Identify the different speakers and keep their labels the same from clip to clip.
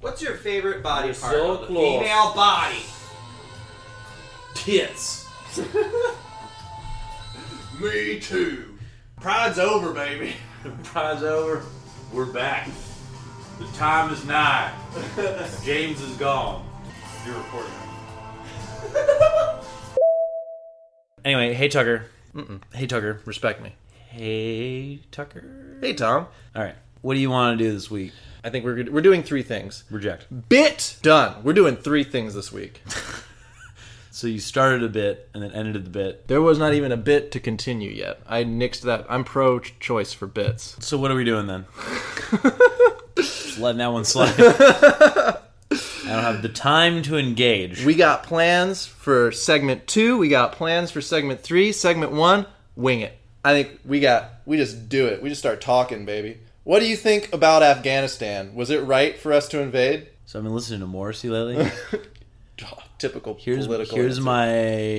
Speaker 1: What's your favorite body
Speaker 2: You're
Speaker 1: part?
Speaker 2: so
Speaker 1: of the
Speaker 2: close.
Speaker 1: Female body.
Speaker 2: Tits.
Speaker 3: Me too. Pride's over, baby.
Speaker 2: The prize over. We're back. The time is nigh. James is gone. You're recording.
Speaker 4: Anyway, hey Tucker. Mm-mm. Hey Tucker, respect me.
Speaker 2: Hey, Tucker.
Speaker 4: Hey Tom.
Speaker 2: All right. What do you want to do this week?
Speaker 4: I think we're good. we're doing three things.
Speaker 2: Reject.
Speaker 4: Bit done. We're doing three things this week.
Speaker 2: So you started a bit and then ended the bit.
Speaker 4: There was not even a bit to continue yet. I nixed that. I'm pro ch- choice for bits.
Speaker 2: So what are we doing then? Just letting that one slide. I don't have the time to engage.
Speaker 4: We got plans for segment two. We got plans for segment three. Segment one, wing it. I think we got, we just do it. We just start talking, baby. What do you think about Afghanistan? Was it right for us to invade? Oh,
Speaker 2: So I've been listening to Morrissey lately.
Speaker 4: Typical
Speaker 2: Here's
Speaker 4: political.
Speaker 2: here's
Speaker 4: answer.
Speaker 2: my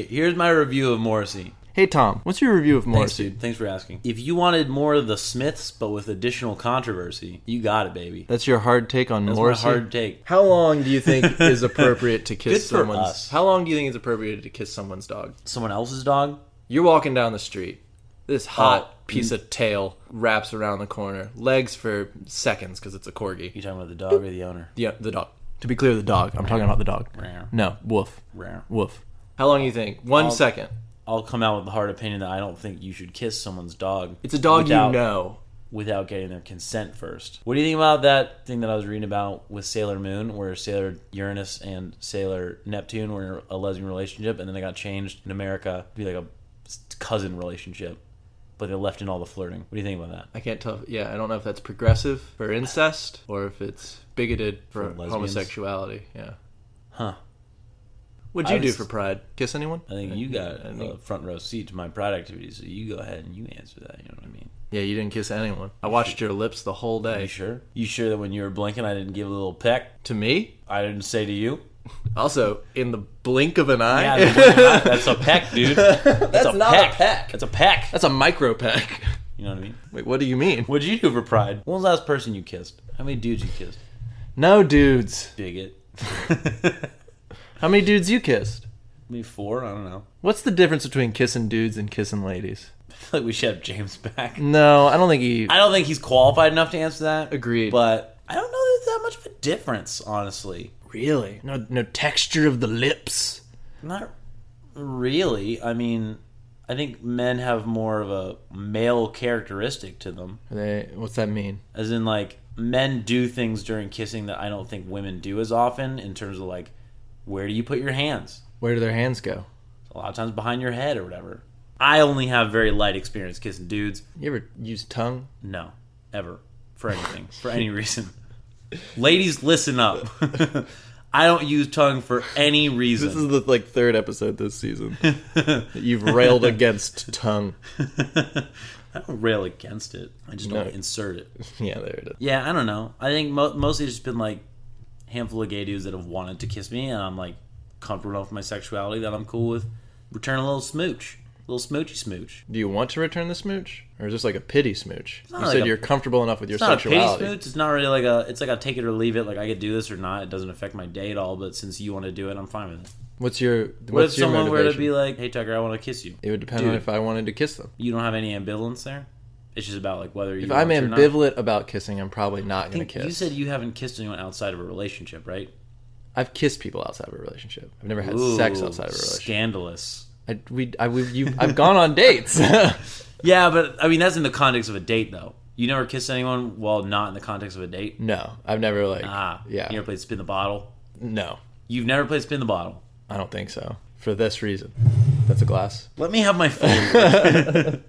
Speaker 2: here's my review of Morrissey.
Speaker 4: Hey, Tom, what's your review of
Speaker 2: Thanks,
Speaker 4: Morrissey?
Speaker 2: Thanks for asking. If you wanted more of the Smiths but with additional controversy, you got it, baby.
Speaker 4: That's your hard take on
Speaker 2: That's
Speaker 4: Morrissey?
Speaker 2: my hard take.
Speaker 4: How long do you think is appropriate to kiss
Speaker 2: Good for
Speaker 4: someone's?
Speaker 2: us.
Speaker 4: How long do you think it's appropriate to kiss someone's dog?
Speaker 2: Someone else's dog?
Speaker 4: You're walking down the street. This hot
Speaker 2: Oh.
Speaker 4: piece of tail wraps around the corner, legs for seconds because it's a corgi.
Speaker 2: You talking about the dog or the owner?
Speaker 4: Yeah, the dog. To be clear, the dog. I'm talking about the dog.
Speaker 2: Rare.
Speaker 4: No, woof,
Speaker 2: Rare.
Speaker 4: woof. How long do you think? One
Speaker 2: I'll-
Speaker 4: second.
Speaker 2: I'll come out with the hard opinion that I don't think you should kiss someone's dog.
Speaker 4: It's a dog
Speaker 2: without-
Speaker 4: you know.
Speaker 2: without getting their consent first. What do you think about that thing that I was reading about with Sailor Moon, where Sailor Uranus and Sailor Neptune were in a lesbian relationship, and then they got changed in America to be like a s- cousin relationship, but they left in all the flirting. What do you think about that?
Speaker 4: I can't tell. Yeah, I don't know if that's progressive for incest or if it's bigoted
Speaker 2: For
Speaker 4: for,
Speaker 2: lesbians?
Speaker 4: homosexuality. Yeah.
Speaker 2: Huh.
Speaker 4: What'd
Speaker 2: I
Speaker 4: you do
Speaker 2: was-
Speaker 4: for Pride? Kiss anyone?
Speaker 2: I think you got
Speaker 4: I
Speaker 2: a
Speaker 4: think-
Speaker 2: front row seat to my pride activities, so you go ahead and you answer that. You know what I mean?
Speaker 4: Yeah, you didn't kiss anyone. I
Speaker 2: Oh,
Speaker 4: watched your lips the whole
Speaker 2: Are you
Speaker 4: day.
Speaker 2: sure? You sure that when you were blinking, I didn't give a little peck?
Speaker 4: To me?
Speaker 2: I didn't say to you.
Speaker 4: Also, in the blink of an eye.
Speaker 2: Yeah, I didn't blink an eye. that's a peck, dude. That's,
Speaker 4: That's
Speaker 2: a
Speaker 4: not
Speaker 2: peck.
Speaker 4: a peck.
Speaker 2: That's a peck.
Speaker 4: That's a micro peck.
Speaker 2: You know what I mean?
Speaker 4: Wait, what do you mean?
Speaker 2: What'd you do for Pride? When was the last person you kissed? How many dudes you kissed?
Speaker 4: No dudes.
Speaker 2: Bigot.
Speaker 4: How many dudes you kissed?
Speaker 2: Maybe four? I don't know.
Speaker 4: What's the difference between kissing dudes and kissing ladies?
Speaker 2: I feel like we should have James back.
Speaker 4: No, I don't think he.
Speaker 2: I don't think he's qualified enough to answer that.
Speaker 4: Agreed.
Speaker 2: But I don't know that there's that much of a difference, honestly.
Speaker 4: Really? No, no texture of the lips.
Speaker 2: Not really. I mean, I think men have more of a male characteristic to them.
Speaker 4: Are they, what's that mean?
Speaker 2: As in, like, men do things during kissing that I don't think women do as often in terms of, like, where do you put your hands?
Speaker 4: Where do their hands go?
Speaker 2: a lot of times behind your head or whatever. I only have very light experience kissing dudes.
Speaker 4: You ever use tongue?
Speaker 2: No, ever for anything, for any reason. Ladies, listen up. I don't use tongue for any
Speaker 4: This
Speaker 2: reason.
Speaker 4: is the like third episode this season. You've railed against tongue.
Speaker 2: I don't rail against it. I just don't
Speaker 4: No.
Speaker 2: insert it.
Speaker 4: Yeah, there it is.
Speaker 2: Yeah, I don't know. I think mo- mostly it's just been like handful of gay dudes that have wanted to kiss me, and I'm like comfortable enough with my sexuality that I'm cool with. Return a little smooch, little smoochy smooch.
Speaker 4: Do you want to return the smooch, or is this like a pity smooch? You
Speaker 2: not like
Speaker 4: said
Speaker 2: a-
Speaker 4: you're comfortable enough with your
Speaker 2: It's not a
Speaker 4: sexuality.
Speaker 2: pity smooch. It's not really like a. It's like I take it or leave it. Like I could do this or not. It doesn't affect my day at all. But since you want to do it, I'm fine with it.
Speaker 4: What's your
Speaker 2: What
Speaker 4: what's
Speaker 2: if
Speaker 4: your
Speaker 2: someone were to
Speaker 4: motivation?
Speaker 2: be like, "Hey Tucker, I want to kiss you."
Speaker 4: it would depend on
Speaker 2: Dude.
Speaker 4: if I wanted to kiss them.
Speaker 2: You don't have any ambivalence there. It's just about like whether you.
Speaker 4: If I'm
Speaker 2: want to or not.
Speaker 4: ambivalent about kissing, I'm probably not
Speaker 2: I
Speaker 4: going to
Speaker 2: think
Speaker 4: kiss.
Speaker 2: You said you haven't kissed anyone outside of a relationship, right?
Speaker 4: I've kissed people outside of a relationship. I've never had
Speaker 2: Ooh,
Speaker 4: sex outside of a relationship.
Speaker 2: Scandalous.
Speaker 4: I, we, I, we, you, I've gone on dates.
Speaker 2: Yeah, but I mean that's in the context of a date, though. You never kissed anyone while not in the context of a date.
Speaker 4: no, I've never like.
Speaker 2: Ah,
Speaker 4: yeah.
Speaker 2: You never played spin the bottle.
Speaker 4: No,
Speaker 2: You've never played spin the bottle.
Speaker 4: I don't think so. For this reason, that's a glass
Speaker 2: Let me have my phone.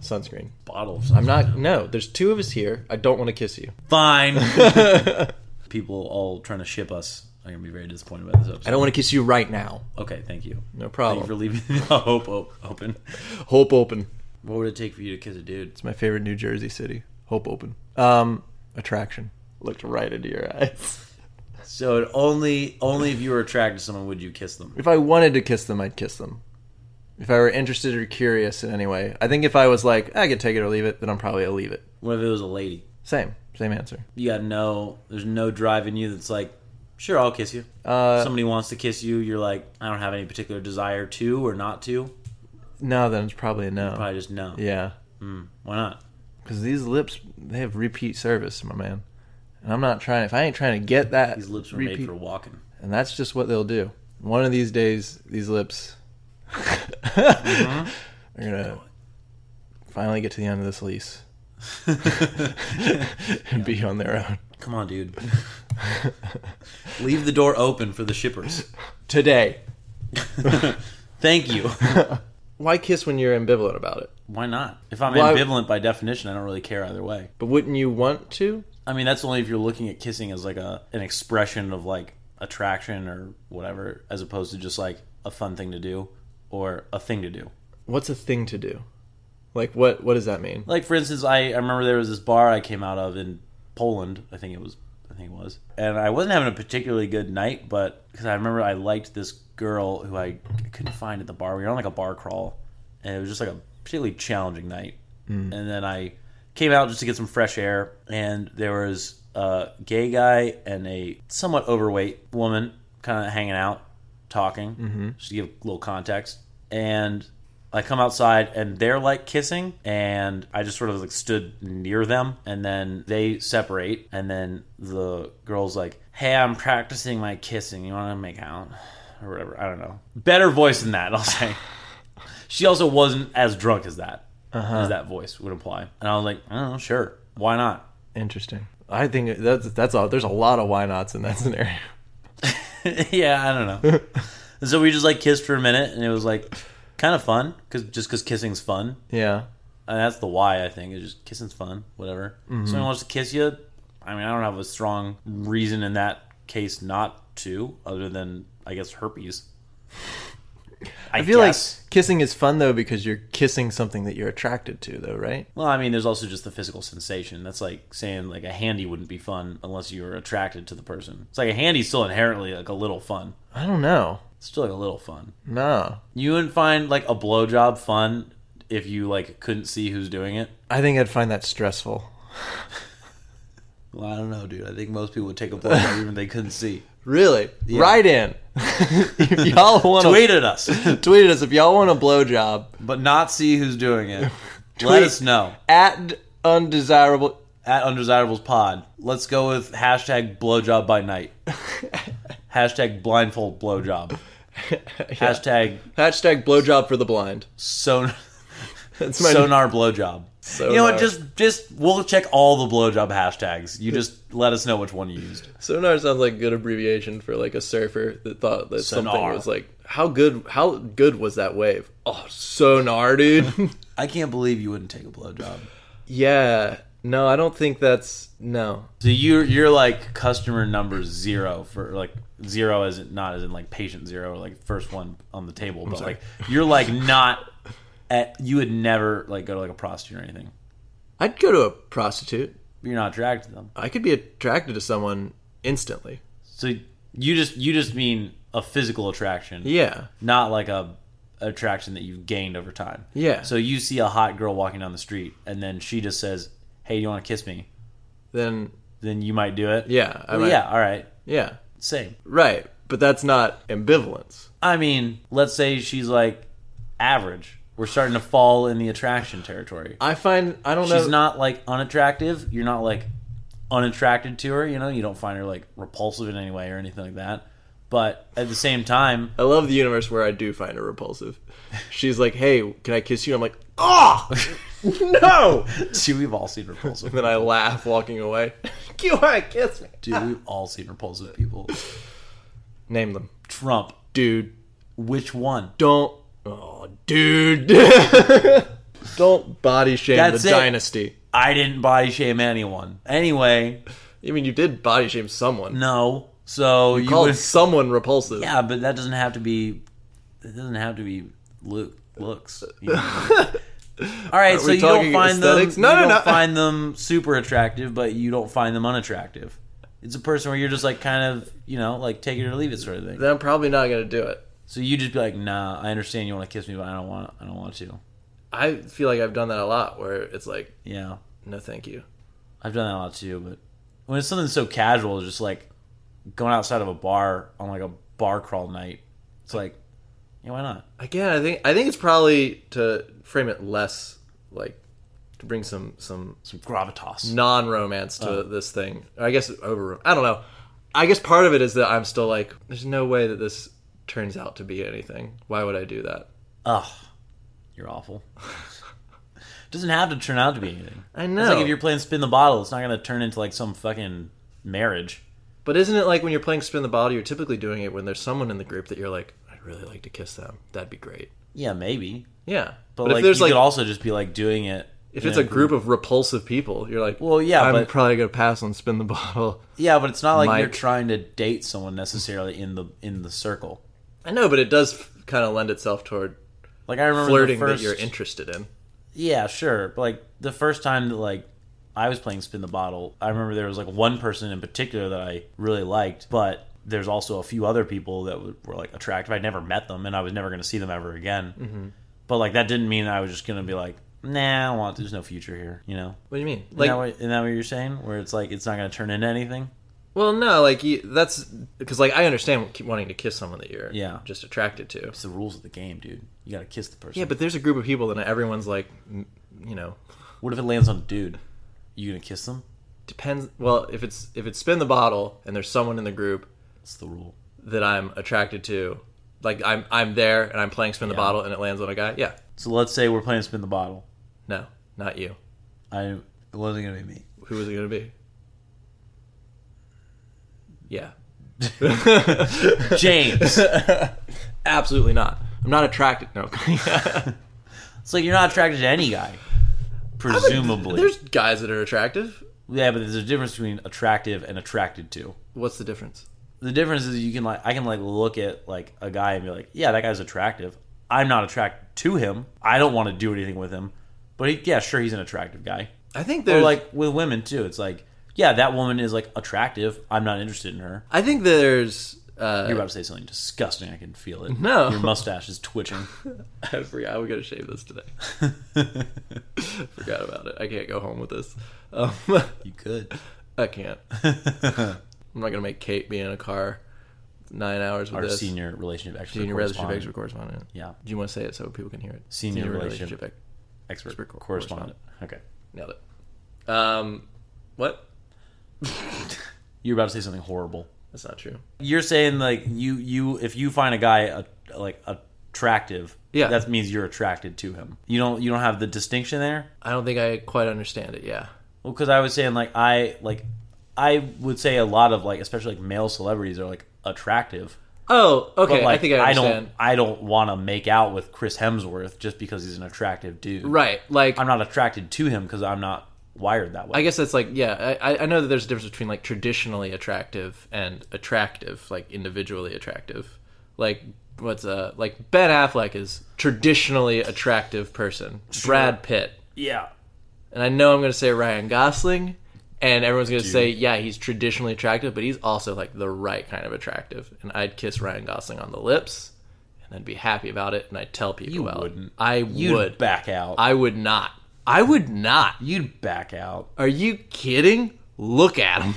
Speaker 4: sunscreen.
Speaker 2: bottle. Of something.
Speaker 4: I'm not. No, there's two of us here. I don't want to kiss you.
Speaker 2: Fine. People all trying to ship us. I'm gonna be very disappointed by this episode.
Speaker 4: I don't want to kiss you right now.
Speaker 2: Okay, thank you.
Speaker 4: No
Speaker 2: Thank you for
Speaker 4: problem.
Speaker 2: leaving the hope op- open.
Speaker 4: Hope open.
Speaker 2: What would it take for you to kiss a dude?
Speaker 4: It's my favorite New Jersey city. Hope open. Um, attraction. Looked right into your eyes.
Speaker 2: So it only only if you were attracted to someone would you kiss them.
Speaker 4: If I wanted to kiss them, I'd kiss them. If I were interested or curious in any way, I think if I was like, I could take it or leave it, then I'm probably a leave it.
Speaker 2: What if it was a lady?
Speaker 4: Same. Same answer.
Speaker 2: You got no. There's no drive in you that's like, sure, I'll kiss you.
Speaker 4: Uh,
Speaker 2: Somebody wants to kiss you. You're like, I don't have any particular desire to or not to.
Speaker 4: no, then it's probably a no.
Speaker 2: Probably just no.
Speaker 4: Yeah,
Speaker 2: Why not?
Speaker 4: because these lips they have repeat service, my man. And I'm not trying. If I ain't trying to get that,
Speaker 2: These lips were made for walking.
Speaker 4: and that's just what they'll do. One of these days, these lips
Speaker 2: Mm-hmm.
Speaker 4: are gonna finally get to the end of this lease and be on their own.
Speaker 2: Come on, dude. Leave the door open for the shippers.
Speaker 4: Today,
Speaker 2: Thank you.
Speaker 4: why kiss when you're ambivalent about it?
Speaker 2: Why not? If I'm
Speaker 4: Why-
Speaker 2: ambivalent by definition, I don't really care either way.
Speaker 4: But wouldn't you want to?
Speaker 2: I mean, that's only if you're looking at kissing as like a an expression of like attraction or whatever, as opposed to just like a fun thing to do or a thing to do.
Speaker 4: What's a thing to do? Like what? What does that mean?
Speaker 2: Like for instance, I, I remember there was this bar I came out of in Poland. I think it was. I think it was. And I wasn't having a particularly good night, but because I remember I liked this girl who I couldn't find at the bar. We were on like a bar crawl, and it was just like a particularly challenging night. And then I came out just to get some fresh air, and there was a gay guy and a somewhat overweight woman kind of hanging out, talking, just to give a little context. And I come outside and they're like kissing, and I just sort of like stood near them, and then they separate, and then the girl's like, "Hey, I'm practicing my kissing. You want to make out?" Or whatever. I don't know. Better voice than that, I'll say. she also wasn't as drunk as that, as that voice would imply. And I was like, "Oh, sure. Why not?"
Speaker 4: Interesting. I think that's that's all. There's a lot of why nots in that scenario.
Speaker 2: yeah, I don't know. And so we just like kissed for a minute, and it was like kind of fun because just because kissing's fun.
Speaker 4: Yeah.
Speaker 2: And that's the why I think is just kissing's fun, whatever.
Speaker 4: Mm-hmm.
Speaker 2: Someone wants to kiss you. I mean, I don't have a strong reason in that case not to, other than I guess herpes. I,
Speaker 4: I feel
Speaker 2: guess.
Speaker 4: like kissing is fun though because you're kissing something that you're attracted to though, right?
Speaker 2: Well, I mean, there's also just the physical sensation. That's like saying like a handy wouldn't be fun unless you were attracted to the person. It's like a handy's still inherently like a little fun.
Speaker 4: I don't know.
Speaker 2: It's still like a little fun.
Speaker 4: No.
Speaker 2: You wouldn't find like a blowjob fun if you like couldn't see who's doing it.
Speaker 4: I think I'd find that stressful.
Speaker 2: Well, I don't know, dude. I think most people would take a blowjob even if they couldn't see.
Speaker 4: Really? Right in. if y'all want
Speaker 2: Tweet at us.
Speaker 4: tweet at us if y'all want a blowjob
Speaker 2: but not see who's doing it. Let us know
Speaker 4: at undesirable
Speaker 2: at Undesirables Pod. Let's go with hashtag blowjob by night, hashtag blindfold blowjob, hashtag
Speaker 4: hashtag blowjob for the blind.
Speaker 2: son-
Speaker 4: That's my
Speaker 2: sonar blowjob. You know
Speaker 4: Sonar.
Speaker 2: what? Just just we'll check all the blowjob hashtags. You just let us know which one you used.
Speaker 4: sonar sounds like a good abbreviation for like a surfer that thought that something
Speaker 2: Sonar.
Speaker 4: was like how good how good was that wave? Oh, sonar, dude.
Speaker 2: I can't believe you wouldn't take a blowjob.
Speaker 4: yeah. No, I don't think that's no.
Speaker 2: So you're you're like customer number zero for like zero as in, not as in like patient zero or like first one on the table, but like you're like not at you would never like go to like a prostitute or anything.
Speaker 4: I'd go to a prostitute.
Speaker 2: You're not attracted to them.
Speaker 4: I could be attracted to someone instantly.
Speaker 2: So you just you just mean a physical attraction,
Speaker 4: Yeah.
Speaker 2: not like a attraction that you've gained over time.
Speaker 4: Yeah.
Speaker 2: So you see a hot girl walking down the street, and then she just says, "Hey, you want to kiss me?"
Speaker 4: Then
Speaker 2: Then you might do it.
Speaker 4: yeah, I
Speaker 2: Well,
Speaker 4: might-
Speaker 2: yeah. All right.
Speaker 4: yeah,
Speaker 2: Same.
Speaker 4: right. But that's not ambivalence.
Speaker 2: I mean, let's say she's like average. We're starting to fall in the attraction territory.
Speaker 4: I find I don't
Speaker 2: She's
Speaker 4: know.
Speaker 2: not like unattractive. You're not like unattracted to her. You know, you don't find her like repulsive in any way or anything like that. But at the same time,
Speaker 4: I love the universe where I do find her repulsive. She's like, "Hey, can I kiss you?" I'm like, "Oh, no!"
Speaker 2: see, we've all seen
Speaker 4: And
Speaker 2: repulsive.
Speaker 4: then I laugh, walking away. you want to kiss me?
Speaker 2: Dude, we've all seen repulsive people.
Speaker 4: Name them,
Speaker 2: Trump,
Speaker 4: dude.
Speaker 2: which one?
Speaker 4: Don't, oh, dude. don't body shame
Speaker 2: That's
Speaker 4: the
Speaker 2: it.
Speaker 4: dynasty.
Speaker 2: I didn't body shame anyone. Anyway,
Speaker 4: I mean, you did body shame someone.
Speaker 2: no. So you,
Speaker 4: Called
Speaker 2: would,
Speaker 4: someone repulsive.
Speaker 2: yeah, but that doesn't have to be. It doesn't have to be look looks. you know. All right, so
Speaker 4: we
Speaker 2: you don't
Speaker 4: talking
Speaker 2: find
Speaker 4: aesthetics?
Speaker 2: them.
Speaker 4: No,
Speaker 2: you
Speaker 4: no,
Speaker 2: don't
Speaker 4: no.
Speaker 2: Find them super attractive, but you don't find them unattractive. It's a person where you're just like kind of you know like take it or leave it sort of thing.
Speaker 4: Then I'm probably not gonna do it.
Speaker 2: So you just be like, nah, I understand you want to kiss me, but I don't want. I don't want to.
Speaker 4: I feel like I've done that a lot where it's like,
Speaker 2: Yeah.
Speaker 4: no, thank you.
Speaker 2: I've done that a lot too, but when it's something so casual, it's just like going outside of a bar on like a bar crawl night, it's like, yeah, why not?
Speaker 4: Again, I think I think it's probably to frame it less like to bring some some
Speaker 2: Some gravitas.
Speaker 4: non romance to this thing. I guess over. I don't know. I guess part of it is that I'm still like, there's no way that this turns out to be anything. Why would I do that?
Speaker 2: Ugh, you're awful. Doesn't have to turn out to be anything.
Speaker 4: I
Speaker 2: It's
Speaker 4: know.
Speaker 2: like if you're playing spin the bottle, it's not going to turn into like some fucking marriage.
Speaker 4: but isn't it like when you're playing spin the bottle, you're typically doing it when there's someone in the group that you're like, I'd really like to kiss them. That'd be great.
Speaker 2: Yeah, maybe.
Speaker 4: Yeah.
Speaker 2: But, like,
Speaker 4: if there's
Speaker 2: you
Speaker 4: like
Speaker 2: could also just be like doing it.
Speaker 4: if
Speaker 2: in
Speaker 4: it's a group of repulsive people, you're like,
Speaker 2: Well, yeah,
Speaker 4: I'm
Speaker 2: but-
Speaker 4: probably gonna pass on spin the bottle.
Speaker 2: Yeah, but it's not like you're
Speaker 4: Mike.
Speaker 2: trying to date someone necessarily in the in the circle.
Speaker 4: I know, but it does kind of lend itself toward
Speaker 2: Like I remember
Speaker 4: flirting
Speaker 2: the first,
Speaker 4: that you're interested in.
Speaker 2: Yeah, sure. But like the first time that like I was playing spin the bottle, I remember there was like one person in particular that I really liked, but there's also a few other people that were were, like attractive. I'd never met them, and I was never going to see them ever again.
Speaker 4: Mm-hmm.
Speaker 2: But like that didn't mean I was just going to be like, nah, I don't want. There's no future here, you know.
Speaker 4: What do you mean?
Speaker 2: Like, isn't, that what, isn't that what you're saying? Where it's like it's not going to turn into anything.
Speaker 4: Well, no, like you, that's because like I understand keep wanting to kiss someone that you're
Speaker 2: Yeah.
Speaker 4: just attracted to.
Speaker 2: It's the rules of the game, dude. You got to kiss the person.
Speaker 4: Yeah, but there's a group of people that everyone's like, m- you know,
Speaker 2: what if it lands on a dude? You gonna kiss them?
Speaker 4: depends. Well, if it's if it's spin the bottle and there's someone in the group
Speaker 2: That's the rule.
Speaker 4: that I'm attracted to, like I'm I'm there and I'm playing spin the
Speaker 2: Yeah.
Speaker 4: bottle and it lands on a guy. Yeah,
Speaker 2: So let's say we're playing spin the bottle.
Speaker 4: no, not you.
Speaker 2: I it wasn't gonna be me.
Speaker 4: Who was it gonna be? Yeah,
Speaker 2: James.
Speaker 4: absolutely not. I'm not attracted. No,
Speaker 2: It's like you're not attracted to any guy, presumably.
Speaker 4: there's guys that are attractive.
Speaker 2: yeah, but there's a difference between attractive and attracted to.
Speaker 4: What's the difference?
Speaker 2: The difference is you can like I can like look at like a guy and be like, yeah, that guy's attractive. I'm not attracted to him. I don't want to do anything with him. But he, yeah, sure, he's an attractive guy.
Speaker 4: I think
Speaker 2: Or
Speaker 4: there's like
Speaker 2: like with women too, it's like, yeah, that woman is like attractive. I'm not interested in her.
Speaker 4: I think there's
Speaker 2: You're
Speaker 4: uh,
Speaker 2: about to say something disgusting. I can feel it.
Speaker 4: No.
Speaker 2: your mustache is twitching.
Speaker 4: I forgot we gotta shave this today. forgot about it. I can't go home with this. Um,
Speaker 2: You could.
Speaker 4: I can't. I'm not gonna make Kate be in a car nine hours with
Speaker 2: Our
Speaker 4: this.
Speaker 2: senior relationship expert.
Speaker 4: senior relationship
Speaker 2: correspondent.
Speaker 4: expert correspondent.
Speaker 2: Yeah,
Speaker 4: Do you want to say it so people can hear it?
Speaker 2: Senior relationship.
Speaker 4: ex-
Speaker 2: expert,
Speaker 4: Expert cor-
Speaker 2: correspondent. Okay.
Speaker 4: Nailed it. Um, what?
Speaker 2: You're about to say something horrible.
Speaker 4: That's not true.
Speaker 2: You're saying like you you if you find a guy uh, like attractive,
Speaker 4: Yeah.
Speaker 2: that means you're attracted to him. You don't you don't have the distinction there.
Speaker 4: I don't think I quite understand it. Yeah.
Speaker 2: Well, because I was saying like I like I would say a lot of like especially like male celebrities are like attractive.
Speaker 4: Oh, okay.
Speaker 2: But
Speaker 4: I
Speaker 2: like
Speaker 4: think I understand.
Speaker 2: don't I don't want to make out with Chris Hemsworth just because he's an attractive dude.
Speaker 4: Right. Like
Speaker 2: I'm not attracted to him because I'm not wired that way.
Speaker 4: I guess that's like yeah. I, I- I know that there's a difference between like traditionally attractive and attractive, like individually attractive. Like what's uh like Ben Affleck is traditionally attractive person. Brad Pitt,
Speaker 2: yeah.
Speaker 4: and I know I'm gonna say Ryan Gosling, and everyone's gonna say yeah he's traditionally attractive, but he's also like the right kind of attractive. And I'd kiss Ryan Gosling on the lips, and then be happy about it. And I'd tell people
Speaker 2: You
Speaker 4: about it.
Speaker 2: wouldn't.
Speaker 4: I
Speaker 2: You'd
Speaker 4: would.
Speaker 2: back out.
Speaker 4: I would not. I would not.
Speaker 2: You'd back out.
Speaker 4: Are you kidding? Look at him.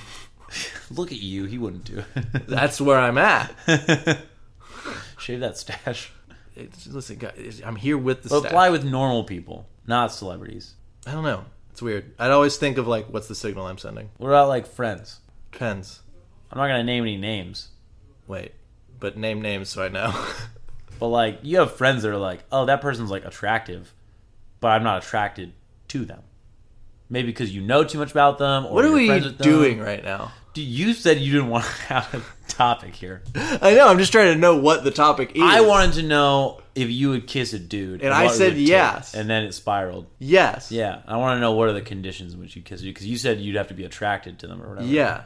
Speaker 2: Look at you. He wouldn't do it.
Speaker 4: That's where I'm at.
Speaker 2: Shave that stash.
Speaker 4: It's, listen, guys, I'm here with the
Speaker 2: But
Speaker 4: staff.
Speaker 2: apply with normal people, not celebrities.
Speaker 4: I don't know. It's weird. I'd always think of like, what's the signal I'm sending?
Speaker 2: What about like friends?
Speaker 4: Depends.
Speaker 2: I'm not gonna name any names,
Speaker 4: Wait, but name names so I know.
Speaker 2: but like you have friends that are like, oh, that person's like attractive, but I'm not attracted to them. Maybe because you know too much about them. Or
Speaker 4: what are
Speaker 2: you're
Speaker 4: we
Speaker 2: friends with them.
Speaker 4: doing right now?
Speaker 2: Dude, You said you didn't want to have a topic here.
Speaker 4: I know. I'm just trying to know what the topic is.
Speaker 2: I wanted to know if you would kiss a dude,
Speaker 4: And I
Speaker 2: what it
Speaker 4: said
Speaker 2: would take.
Speaker 4: yes.
Speaker 2: and then it spiraled.
Speaker 4: Yes.
Speaker 2: Yeah, I want to know what are the conditions in which you kiss a dude because you said you'd have to be attracted to them or whatever.
Speaker 4: Yeah.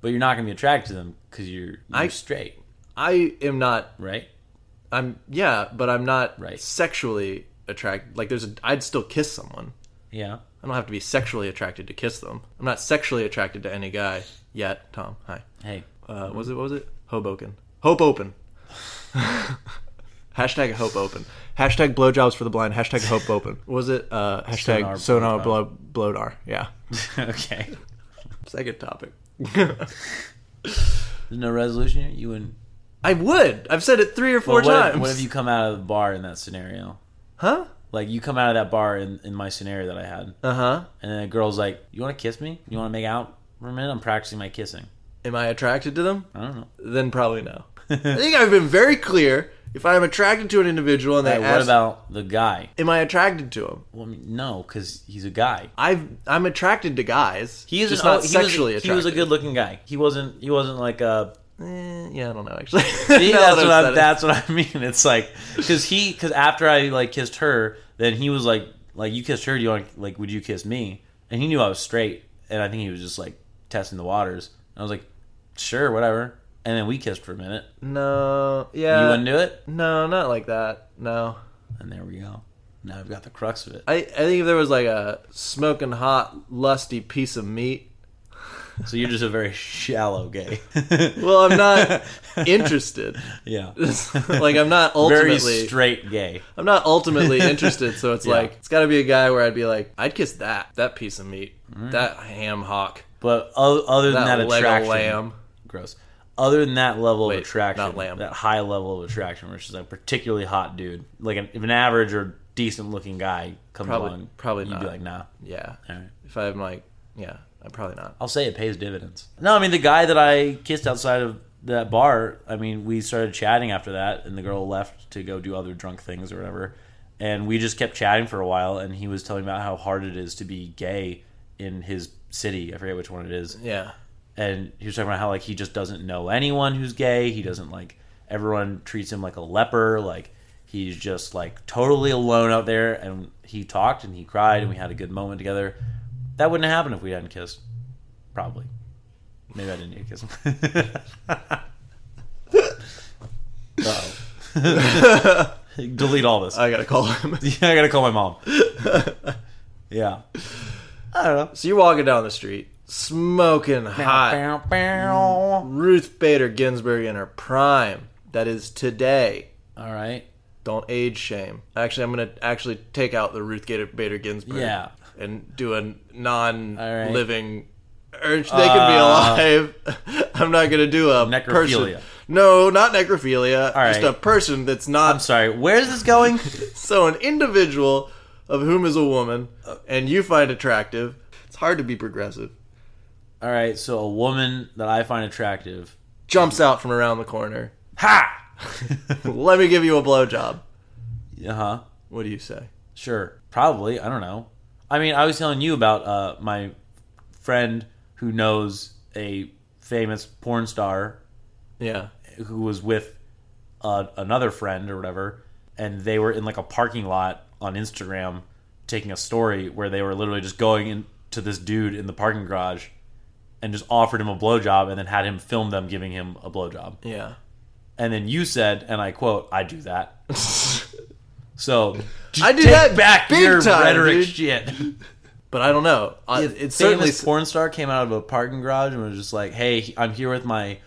Speaker 2: but you're not gonna be attracted to them because you're, you're
Speaker 4: I-
Speaker 2: straight,
Speaker 4: I am not.
Speaker 2: right?
Speaker 4: I'm. Yeah, but I'm not
Speaker 2: Right.
Speaker 4: sexually attracted. Like, there's. A, I'd still kiss someone.
Speaker 2: Yeah.
Speaker 4: I don't have to be sexually attracted to kiss them. I'm not sexually attracted to any guy yet. Tom. Hi.
Speaker 2: Hey,
Speaker 4: uh, what was it what was it Hoboken? Hope open. Hashtag hope open. Hashtag blowjobs for the blind. Hashtag hope open. Was it uh, hashtag
Speaker 2: Sonar
Speaker 4: sonar blow, blowdar? Yeah.
Speaker 2: okay.
Speaker 4: Second topic.
Speaker 2: There's no resolution here. You wouldn't.
Speaker 4: I would. I've said it three or four
Speaker 2: Well, what,
Speaker 4: times.
Speaker 2: If, what if you come out of the bar in that scenario?
Speaker 4: Huh?
Speaker 2: Like you come out of that bar in, in my scenario that I had,
Speaker 4: Uh huh.
Speaker 2: and then a girl's like, "You want to kiss me? You want to make out for a minute? I'm practicing my kissing."
Speaker 4: Am I attracted to them?
Speaker 2: I don't know.
Speaker 4: Then probably no. I think I've been very clear. If I'm attracted to an individual and they
Speaker 2: Hey, what
Speaker 4: ask,
Speaker 2: about the guy?
Speaker 4: "Am I attracted to him?"
Speaker 2: Well, I mean, no, because he's a guy.
Speaker 4: I've I'm attracted to guys.
Speaker 2: He is
Speaker 4: just
Speaker 2: an-
Speaker 4: not
Speaker 2: he was-
Speaker 4: sexually
Speaker 2: He was a
Speaker 4: attracted.
Speaker 2: good-looking guy. He wasn't. He wasn't like a.
Speaker 4: Eh, yeah, I don't know actually.
Speaker 2: See,
Speaker 4: Now that
Speaker 2: that's what
Speaker 4: I've
Speaker 2: I,
Speaker 4: said it.
Speaker 2: that's what I mean. It's like because he because after I like kissed her, then he was like like you kissed her. Do you want like would you kiss me? And he knew I was straight, and I think he was just like testing the waters. And I was like, sure, whatever. And then we kissed for a minute.
Speaker 4: No,
Speaker 2: you
Speaker 4: yeah,
Speaker 2: wouldn't do it,
Speaker 4: no, not like that. No,
Speaker 2: and there we go. Now I've got the crux of it.
Speaker 4: I I think if there was like a smoking hot lusty piece of meat,
Speaker 2: So you're just a very shallow gay.
Speaker 4: well, I'm not interested.
Speaker 2: yeah,
Speaker 4: like I'm not
Speaker 2: very
Speaker 4: ultimately,
Speaker 2: straight gay.
Speaker 4: I'm not ultimately interested. So it's
Speaker 2: Yeah.
Speaker 4: like it's got to be a guy where I'd be like, I'd kiss that that piece of meat, that ham hock,
Speaker 2: But o- other than
Speaker 4: that,
Speaker 2: that,
Speaker 4: leg of
Speaker 2: attraction,
Speaker 4: lamb.
Speaker 2: gross. Other than that level
Speaker 4: Wait,
Speaker 2: of attraction,
Speaker 4: not lamb.
Speaker 2: that high level of attraction, which is a particularly hot dude, like an, if an average or decent looking guy comes
Speaker 4: Probably-
Speaker 2: along,
Speaker 4: probably
Speaker 2: you'd
Speaker 4: not.
Speaker 2: be like, nah.
Speaker 4: Yeah,
Speaker 2: All right.
Speaker 4: if I'm like, yeah, I'm probably not.
Speaker 2: I'll say it pays dividends. No, I mean the guy that I kissed outside of that bar. I mean, we started chatting after that, and the girl left to go do other drunk things or whatever. And we just kept chatting for a while, and he was telling me about how hard it is to be gay in his city. I forget which one it is.
Speaker 4: Yeah,
Speaker 2: and he was talking about how like he just doesn't know anyone who's gay. He doesn't like everyone treats him like a leper. Like he's just like totally alone out there. And he talked and he cried and we had a good moment together. That wouldn't happen if we hadn't kissed, probably. Maybe I didn't need to kiss him. Uh-oh. Delete all this.
Speaker 4: I gotta call him.
Speaker 2: yeah, I gotta call my mom. Yeah. I don't know.
Speaker 4: so you're walking down the street, smoking hot,
Speaker 2: Bow, bow.
Speaker 4: Ruth Bader Ginsburg in her prime. That is today.
Speaker 2: All right.
Speaker 4: Don't age shame. Actually, I'm gonna actually take out the Ruth Gator- Bader Ginsburg.
Speaker 2: Yeah.
Speaker 4: and do a
Speaker 2: right.
Speaker 4: non-living. Or they could be alive. I'm not gonna do a
Speaker 2: Uh, Necrophilia.
Speaker 4: Person. No, not necrophilia.
Speaker 2: All
Speaker 4: Just
Speaker 2: right.
Speaker 4: a person that's not.
Speaker 2: I'm sorry. Where is this going?
Speaker 4: So an individual of whom is a woman,
Speaker 2: Uh,
Speaker 4: and you find attractive. It's hard to be progressive.
Speaker 2: All right. So a woman that I find attractive.
Speaker 4: Jumps out from around the corner.
Speaker 2: Ha.
Speaker 4: Let me give you a blowjob.
Speaker 2: Uh huh.
Speaker 4: What do you say?
Speaker 2: Sure. Probably. I don't know. I mean, I was telling you about uh, my friend who knows a famous porn star
Speaker 4: Yeah.
Speaker 2: who was with uh, another friend or whatever, and they were in like a parking lot on Instagram taking a story where they were literally just going in to this dude in the parking garage and just offered him a blowjob and then had him film them giving him a blowjob.
Speaker 4: Yeah.
Speaker 2: And then you said, and I quote, "I do that." So
Speaker 4: I do
Speaker 2: take
Speaker 4: that
Speaker 2: back
Speaker 4: big
Speaker 2: your
Speaker 4: time,
Speaker 2: rhetoric,
Speaker 4: dude.
Speaker 2: shit.
Speaker 4: But I don't know. I,
Speaker 2: It
Speaker 4: it's
Speaker 2: certainly
Speaker 4: certainly
Speaker 2: famous porn star came out of a parking garage and was just like, "Hey, I'm here with my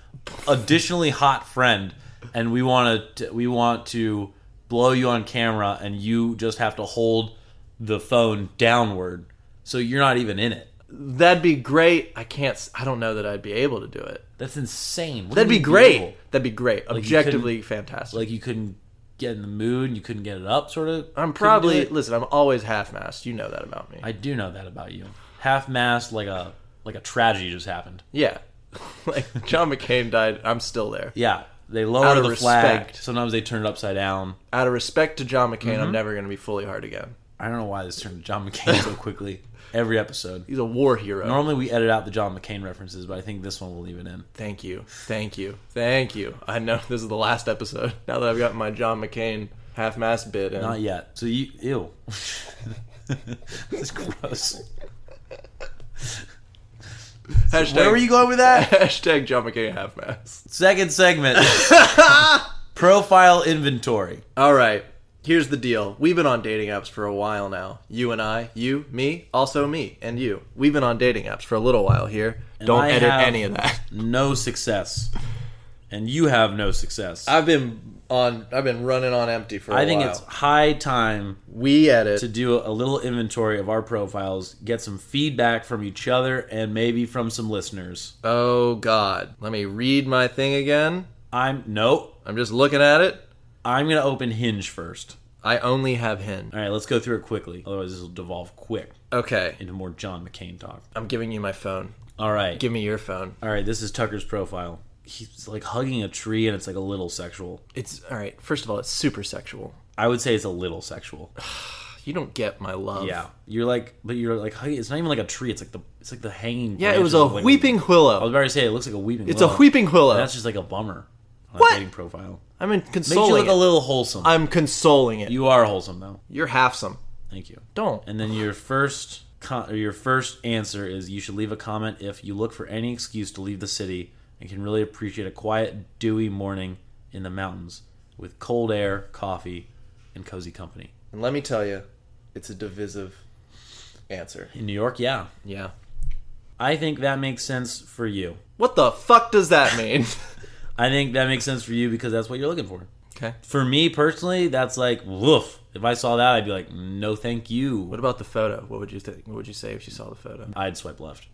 Speaker 2: additionally hot friend, and we want to we want to blow you on camera, and you just have to hold the phone downward, so you're not even in it.
Speaker 4: that'd be great. I can't. s- I don't know that I'd be able to do it.
Speaker 2: That's insane. What
Speaker 4: That'd
Speaker 2: do
Speaker 4: be
Speaker 2: you
Speaker 4: great.
Speaker 2: do?
Speaker 4: That'd be great.
Speaker 2: you
Speaker 4: Objectively fantastic.
Speaker 2: Like you couldn't get in the mood, and you couldn't get it up, sort of.
Speaker 4: I'm
Speaker 2: Couldn't do
Speaker 4: probably
Speaker 2: it?
Speaker 4: listen. I'm always half-mast. You know that about me.
Speaker 2: I do know that about you. Half mast, like a like a tragedy just happened.
Speaker 4: yeah. like John McCain died. I'm still there.
Speaker 2: Yeah, they lower
Speaker 4: Out of
Speaker 2: the flag.
Speaker 4: respect.
Speaker 2: Sometimes they turn it upside down.
Speaker 4: Out of respect to John McCain,
Speaker 2: Mm-hmm.
Speaker 4: I'm never going to be fully hard again.
Speaker 2: I don't know why this turned to John McCain so quickly. Every episode.
Speaker 4: He's a war hero.
Speaker 2: Normally we edit out the John McCain references, but I think this one we'll leave it in.
Speaker 4: Thank you. Thank you. Thank you. I know this is the last episode. Now that I've gotten my John McCain half-mast bit in.
Speaker 2: Not yet. So you ew. That's gross.
Speaker 4: Hashtag,
Speaker 2: Where were you going with that?
Speaker 4: Hashtag John McCain half-mast.
Speaker 2: Second segment. Profile inventory.
Speaker 4: All right. Here's the deal. We've been on dating apps for a while now. You and I, you, me, also me, and you. We've been on dating apps for a little while here. Don't
Speaker 2: I
Speaker 4: edit
Speaker 2: have-
Speaker 4: any of that.
Speaker 2: No success. and you have no success. I,
Speaker 4: I've been on. I've been running on empty for. I
Speaker 2: think it's high time
Speaker 4: we edit.
Speaker 2: to do a little inventory of our profiles, get some feedback from each other, and maybe from some listeners.
Speaker 4: oh God, let me read my thing again.
Speaker 2: I'm no,
Speaker 4: I'm just looking at it.
Speaker 2: I'm gonna open Hinge first.
Speaker 4: I only have Hinge.
Speaker 2: All right, let's go through it quickly. Otherwise, this will devolve quick
Speaker 4: Okay,
Speaker 2: into more John McCain talk.
Speaker 4: I'm giving you my phone.
Speaker 2: All right,
Speaker 4: Give me your phone.
Speaker 2: all right. This is Tucker's profile. He's like hugging a tree, and it's like a little sexual.
Speaker 4: It's all right. First of all, it's super sexual.
Speaker 2: I would say it's a little sexual.
Speaker 4: You don't get my love.
Speaker 2: Yeah, you're like, but you're like hugging. It's not even like a tree. It's like the it's like the hanging.
Speaker 4: Yeah, it was
Speaker 2: branches
Speaker 4: a
Speaker 2: of, like,
Speaker 4: weeping
Speaker 2: I was
Speaker 4: willow.
Speaker 2: about to say it looks like a weeping.
Speaker 4: It's a
Speaker 2: willow.
Speaker 4: weeping
Speaker 2: And
Speaker 4: willow.
Speaker 2: That's just like a bummer. On
Speaker 4: What?
Speaker 2: A dating profile
Speaker 4: I'm in
Speaker 2: makes you
Speaker 4: consoling.
Speaker 2: look a
Speaker 4: it.
Speaker 2: little wholesome.
Speaker 4: I'm consoling it.
Speaker 2: you are wholesome though.
Speaker 4: You're half some.
Speaker 2: Thank you.
Speaker 4: Don't.
Speaker 2: And then your first con- or your first answer is you should leave a comment if you look for any excuse to leave the city and can really appreciate a quiet, dewy morning in the mountains with cold air, coffee, and cozy company.
Speaker 4: And let me tell you, it's a divisive answer.
Speaker 2: In New York, yeah.
Speaker 4: Yeah.
Speaker 2: I think that makes sense for you.
Speaker 4: What the fuck does that mean?
Speaker 2: I think that makes sense for you because that's what you're looking for.
Speaker 4: okay.
Speaker 2: For me personally, that's like woof. If I saw that, I'd be like, no, thank
Speaker 4: What
Speaker 2: you.
Speaker 4: about the photo? What would you think? What would you say if you saw the photo?
Speaker 2: I'd swipe left.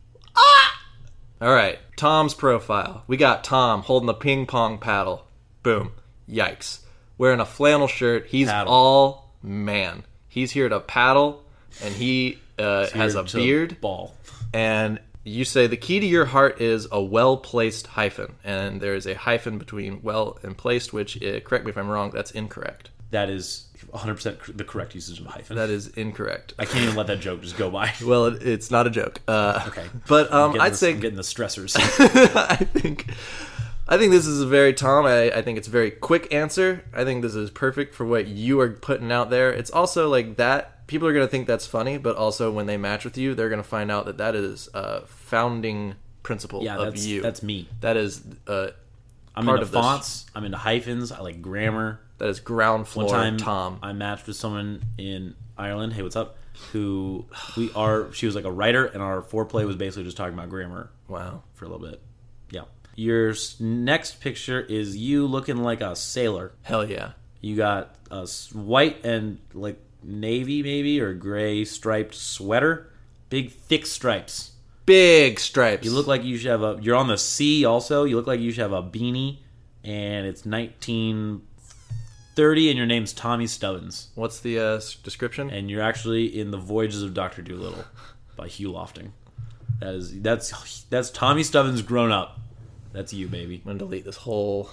Speaker 4: All right. Tom's profile. We got Tom holding the ping pong paddle. Boom. Yikes. Wearing a flannel shirt. He's
Speaker 2: Paddle.
Speaker 4: all man. He's here to paddle, and he uh, has
Speaker 2: Here
Speaker 4: a
Speaker 2: to
Speaker 4: beard.
Speaker 2: ball.
Speaker 4: and you say the key to your heart is a well placed hyphen, and there is a hyphen between well and placed, which uh, correct me if I'm wrong, that's incorrect.
Speaker 2: That is 100% cor- the correct usage of a hyphen.
Speaker 4: That is incorrect.
Speaker 2: I can't even let that joke just go by.
Speaker 4: Well, it, it's not a joke. Uh,
Speaker 2: Okay.
Speaker 4: but
Speaker 2: I'm
Speaker 4: um,
Speaker 2: getting
Speaker 4: I'd
Speaker 2: the,
Speaker 4: say
Speaker 2: I'm getting the stressors.
Speaker 4: I think I think this is a very Tom. I, I think it's a very quick answer. I think this is perfect for what you are putting out there. It's also like that people are gonna think that's funny, but also when they match with you, they're gonna find out that that is a founding principle
Speaker 2: yeah,
Speaker 4: of
Speaker 2: that's
Speaker 4: you.
Speaker 2: that's me.
Speaker 4: that is uh,
Speaker 2: I'm
Speaker 4: Part
Speaker 2: into
Speaker 4: of this.
Speaker 2: fonts. I'm into hyphens. I like grammar.
Speaker 4: That is ground floor
Speaker 2: Time
Speaker 4: Tom.
Speaker 2: I matched with someone in Ireland. Hey, what's up? Who we are? She was like a writer, and our foreplay was basically just talking about grammar
Speaker 4: wow.
Speaker 2: for a little bit. Yeah. Your s- next picture is you looking like a sailor.
Speaker 4: Hell yeah.
Speaker 2: You got a s- white and like navy maybe or gray striped sweater, big thick stripes.
Speaker 4: Big stripes.
Speaker 2: You look like you should have a. You're on the sea also. You look like you should have a beanie, and it's 1930, and your name's Tommy Stubbins,
Speaker 4: What's the uh, s- description?
Speaker 2: and you're actually in the Voyages of Doctor Doolittle by Hugh Lofting. That is that's that's Tommy Stubbins grown up. That's you, baby.
Speaker 4: I'm gonna delete this whole.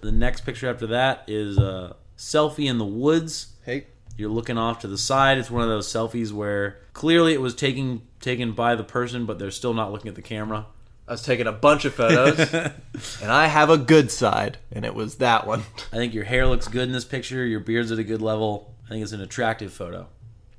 Speaker 2: The next picture after that is a selfie in the woods.
Speaker 4: Hey.
Speaker 2: You're looking off to the side. It's one of those selfies where clearly it was taken taken by the person, but they're still not looking at the camera.
Speaker 4: I was taking a bunch of photos, and I have a good side, and it was that one.
Speaker 2: I think your hair looks good in this picture. Your beard's at a good level. I think it's an attractive photo.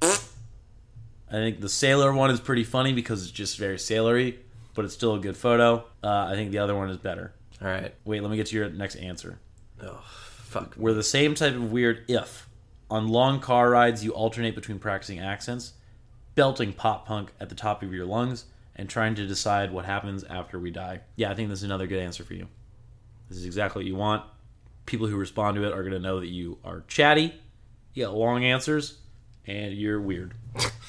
Speaker 2: I think the sailor one is pretty funny because it's just very sailory, but it's still a good photo. Uh, I think the other one is better.
Speaker 4: All right.
Speaker 2: Wait, let me get to your next answer.
Speaker 4: Oh, fuck.
Speaker 2: We're the same type of weird if. On long car rides, you alternate between practicing accents, belting pop punk at the top of your lungs, and trying to decide what happens after we die. Yeah, I think this is another good answer for you. This is exactly what you want. People who respond to it are going to know that you are chatty, you got long answers, and you're weird.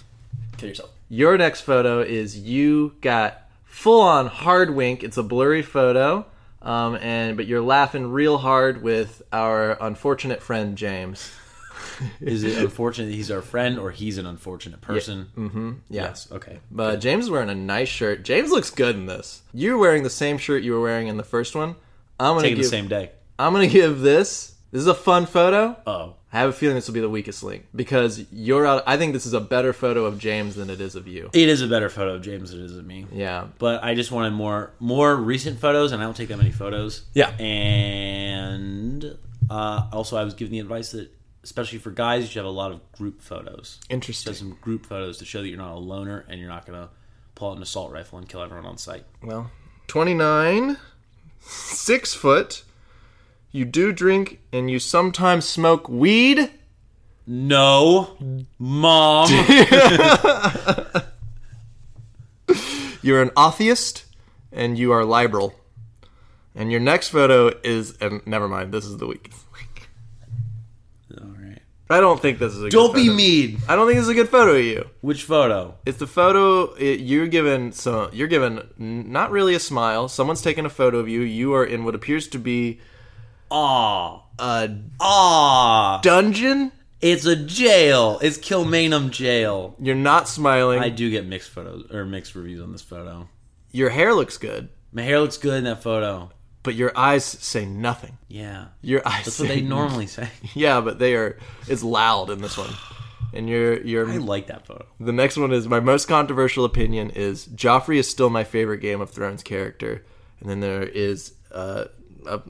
Speaker 4: Kill yourself. Your next photo is you got full on hard wink. It's a blurry photo, um, and but you're laughing real hard with our unfortunate friend James.
Speaker 2: Is it unfortunate that he's our friend or he's an unfortunate person? mm-hmm.
Speaker 4: yeah.
Speaker 2: Yes. Okay.
Speaker 4: But James is wearing a nice shirt. James looks good in this. You're wearing the same shirt you were wearing in the first one. I'm gonna
Speaker 2: Taking
Speaker 4: give.
Speaker 2: the same day.
Speaker 4: I'm gonna give this. This is a fun photo.
Speaker 2: Oh.
Speaker 4: I have a feeling this will be the weakest link because you're out. I think this is a better photo of James than it is of you.
Speaker 2: It is a better photo of James than it is of me.
Speaker 4: Yeah.
Speaker 2: but I just wanted more more recent photos, and I don't take that many photos.
Speaker 4: Yeah.
Speaker 2: and uh, also I was given the advice that especially for guys, you should have a lot of group photos.
Speaker 4: Interesting.
Speaker 2: Just some group photos to show that you're not a loner and you're not gonna pull out an assault rifle and kill everyone on sight.
Speaker 4: Well, 29, six foot. You do drink and you sometimes smoke weed.
Speaker 2: No, mom.
Speaker 4: You're an atheist and you are liberal. And your next photo is. And never mind. This is the weakest link.
Speaker 2: All right.
Speaker 4: I don't think this is. a
Speaker 2: Don't
Speaker 4: good
Speaker 2: be
Speaker 4: photo.
Speaker 2: mean.
Speaker 4: I don't think this is a good photo of you.
Speaker 2: Which photo?
Speaker 4: It's the photo it, you're given. Some you're given n- not really a smile. Someone's taken a photo of you. You are in what appears to be
Speaker 2: Aw.
Speaker 4: a
Speaker 2: Aw.
Speaker 4: dungeon.
Speaker 2: It's a jail. It's Kilmainham jail.
Speaker 4: You're not smiling.
Speaker 2: I do get mixed photos or mixed reviews on this photo.
Speaker 4: your hair looks good,
Speaker 2: My hair looks good in that photo.
Speaker 4: but your eyes say nothing.
Speaker 2: Yeah.
Speaker 4: Your eyes.
Speaker 2: That's what
Speaker 4: say
Speaker 2: they normally say.
Speaker 4: Yeah, but they are. It's loud in this one. And your your
Speaker 2: I like that photo.
Speaker 4: the next one is my most controversial opinion is Joffrey is still my favorite Game of Thrones character, and then there is uh, a